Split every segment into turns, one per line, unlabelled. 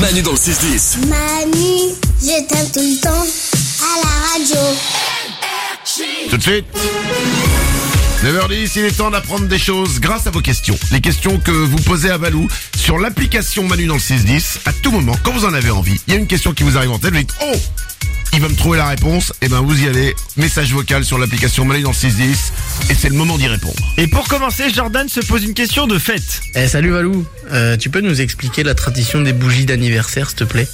Manu dans le 6-10.
Manu, je t'aime tout le temps à la radio.
Tout de suite 9h10, il est temps d'apprendre des choses grâce à vos questions. Les questions que vous posez à Valou sur l'application Manu dans le 610, à tout moment, quand vous en avez envie. Il y a une question qui vous arrive en tête, vous dites Oh Il va me trouver la réponse, et ben vous y allez, message vocal sur l'application Manu dans le 610, et c'est le moment d'y répondre.
Et pour commencer, Jordan se pose une question de fête.
Eh salut Valou, Euh, tu peux nous expliquer la tradition des bougies d'anniversaire s'il te plaît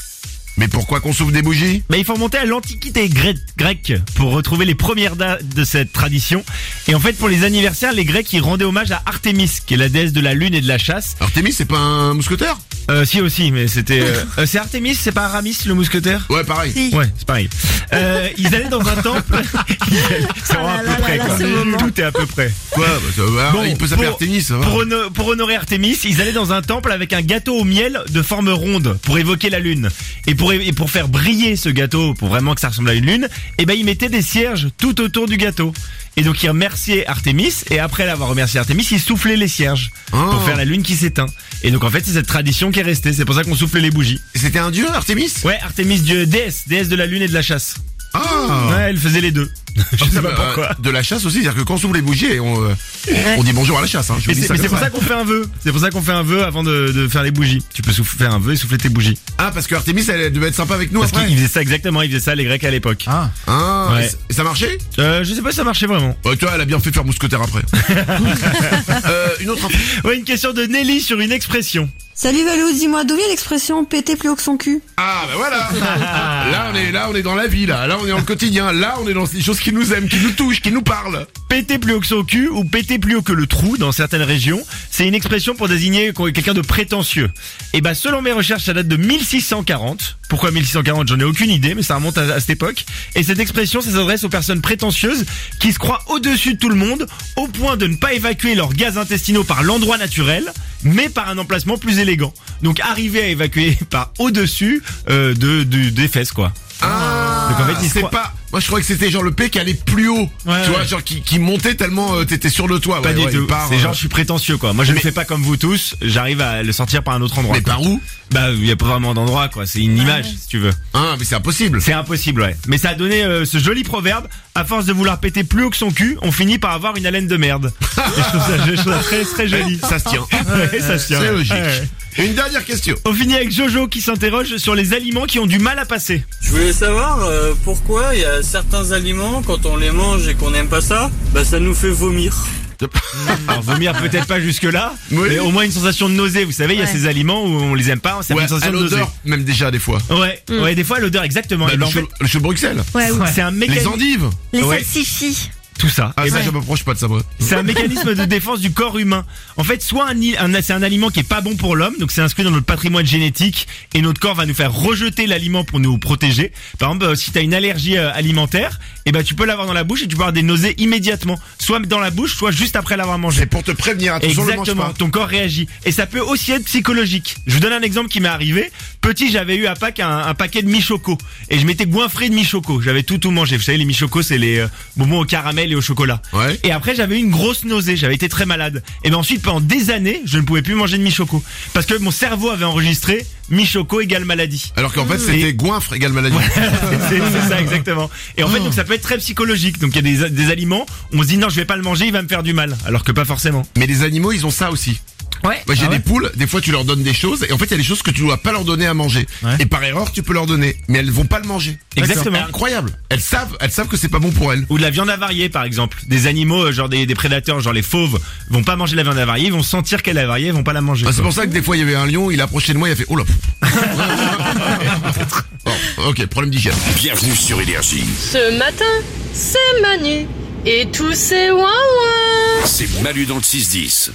Mais pourquoi qu'on s'ouvre des bougies
Mais il faut remonter à l'antiquité gre- grecque pour retrouver les premières dates de cette tradition. Et en fait, pour les anniversaires, les Grecs ils rendaient hommage à Artémis, qui est la déesse de la lune et de la chasse.
Artemis, c'est pas un mousquetaire
Euh, si aussi, mais c'était. euh, euh, c'est Artémis, c'est pas Aramis le mousquetaire
Ouais, pareil.
Ouais, c'est pareil. Euh, ils allaient dans un temple. Ils allaient- C'est vraiment à peu près quoi. Tout est à peu près.
Quoi Bah, ça va,
Bon,
Il peut s'appeler
pour-
Artemis, ça va.
Pour, hono- pour honorer Artémis, ils allaient dans un temple avec un gâteau au miel de forme ronde pour évoquer la lune. Et pour, é- et pour faire briller ce gâteau, pour vraiment que ça ressemble à une lune, eh ben ils mettaient des cierges tout autour du gâteau. Et donc ils remerciaient Artémis, et après l'avoir remercié Artémis, ils soufflaient les cierges
Ah.
pour faire la lune qui s'éteint. Et donc en fait c'est cette tradition qui est restée, c'est pour ça qu'on soufflait les bougies.
C'était un dieu, Artemis
Ouais, Artémis, dieu, déesse, déesse de la lune et de la chasse.
Ah
Ouais, elle faisait les deux. Je sais pas
Euh,
pourquoi.
De la chasse aussi, c'est-à-dire que quand on s'ouvre les bougies, on, euh, on dit bonjour à la chasse. Hein, je vous
Mais
dis
c'est
ça
mais c'est
comme
pour ça qu'on fait un vœu. C'est pour ça qu'on fait un vœu avant de, de faire les bougies. Tu peux souffler, faire un vœu et souffler tes bougies.
Ah, parce que Artemis, elle devait être sympa avec nous
Parce
après.
qu'ils faisaient ça exactement, ils faisaient ça les Grecs à l'époque.
Ah.
Ah,
Ouais.
et c- et ça marchait
Euh, je sais pas si ça marchait vraiment.
Ouais, tu vois, elle a bien fait de faire mousquetaire après. euh, une autre info.
Ouais, une question de Nelly sur une expression.
Salut Valou, dis-moi, d'où vient l'expression péter plus haut que son cul
Ah, bah voilà. là, on est, là, on est dans la vie, là. Là, on est dans le quotidien. Là, on est dans les choses qui nous aiment, qui nous touchent, qui nous parlent.
Péter plus haut que son cul ou péter plus haut que le trou dans certaines régions, c'est une expression pour désigner qu'on- quelqu'un de prétentieux. Et bah selon mes recherches, ça date de 1640. Pourquoi 1640 J'en ai aucune idée, mais ça remonte à, à cette époque. Et cette expression, ça s'adresse aux personnes prétentieuses qui se croient au-dessus de tout le monde, au point de ne pas évacuer leurs gaz intestinaux par l'endroit naturel, mais par un emplacement plus élégant. Donc arriver à évacuer par au-dessus euh, de, de- des fesses, quoi.
Ah,
Donc, en fait, ils se
c'est
croient-
pas. Moi, je croyais que c'était genre le P qui allait plus haut.
Ouais,
tu vois,
ouais.
genre qui, qui montait tellement euh, t'étais sur le toit.
Pas
Ouais,
du
ouais,
tout.
il part,
C'est
euh,
genre, je suis prétentieux, quoi. Moi, je ne
Mais-
fais pas comme vous tous. J'arrive à le sortir par un autre endroit.
Mais
quoi.
par où
Bah, il y a pas vraiment d'endroit, quoi. C'est une image, si tu veux.
Ah, mais c'est impossible.
C'est impossible, ouais. Mais ça a donné euh, ce joli proverbe. À force de vouloir péter plus haut que son cul, on finit par avoir une haleine de merde. Et je trouve ça, je trouve ça très, très joli.
Ça se tient.
Ouais, ça se tient.
C'est logique.
Ouais.
Une dernière question.
On finit avec Jojo qui s'interroge sur les aliments qui ont du mal à passer.
Je voulais savoir euh, pourquoi il y a certains aliments, quand on les mange et qu'on n'aime pas ça, bah ça nous fait vomir.
Alors vomir peut-être pas jusque là,
Oui.
mais au moins une sensation de nausée. Vous savez, il y a ces aliments où on les aime pas, ça fait
Ouais,
une
à
sensation de nausée.
l'odeur, même déjà des fois.
Ouais, ouais, des fois l'odeur exactement.
Bah,
Et
le,
ben, en fait,
chou- le chou de Bruxelles.
Ouais, ou-
Ah c'est un
Les
mécanisme.
endives.
Les
Ouais.
salsichis.
Tout ça.
Ah,
Et
ça,
ben,
je m'approche pas de ça, moi.
C'est un mécanisme de défense du corps humain. En fait, soit un, i- un- c'est un aliment qui est pas bon pour l'homme, donc c'est inscrit dans notre patrimoine génétique et notre corps va nous faire rejeter l'aliment pour nous protéger. Par exemple, euh, si t'as une allergie euh, alimentaire, eh ben tu peux l'avoir dans la bouche et tu peux avoir des nausées immédiatement, soit dans la bouche, soit juste après l'avoir mangé.
C'est pour te prévenir, attention, ne le mange
Exactement,
pas.
ton corps réagit. Et ça peut aussi être psychologique. Je vous donne un exemple qui m'est arrivé. Petit, j'avais eu à Pâques un, un paquet de michoco. Et je m'étais goinfré de michoco. J'avais tout tout mangé. Vous savez, les michoco, c'est les euh, bonbons au caramel et au chocolat.
Ouais.
Et après, j'avais eu une grosse nausée. J'avais été très malade. Et bien ensuite, pendant des années, je ne pouvais plus manger de michoco. Parce que mon cerveau avait enregistré michoco égale maladie.
Alors qu'en fait, c'était goinfre égale maladie.
c'est c'est ça, exactement. Et en fait, donc ça peut être très psychologique. Donc il y a des, des aliments, on se dit non, je vais pas le manger, il va me faire du mal. Alors que pas forcément.
Mais les animaux, ils ont ça aussi.
Ouais.
Moi, j'ai des poules, des fois, tu leur donnes des choses, et en fait, il y a des choses que tu dois pas leur donner à manger.
Ouais.
Et par erreur, tu peux leur donner, mais elles vont pas le manger.
Exactement.
C'est incroyable. Elles savent, elles savent que c'est pas bon pour elles.
ou de la viande avariée par exemple. Des animaux, euh, genre des, des prédateurs, genre les fauves, vont pas manger la viande avariée, ils vont sentir qu'elle est avariée, ils vont pas la manger.
Ah, c'est
quoi.
pour ça que des fois, il y avait un lion, il approchait de moi, il a fait, oh là. pff. bon, ok, problème d'hygiène.
Bienvenue sur Énergie.
Ce matin, c'est Manu et tous ces ouin
C'est Manu dans le 6-10.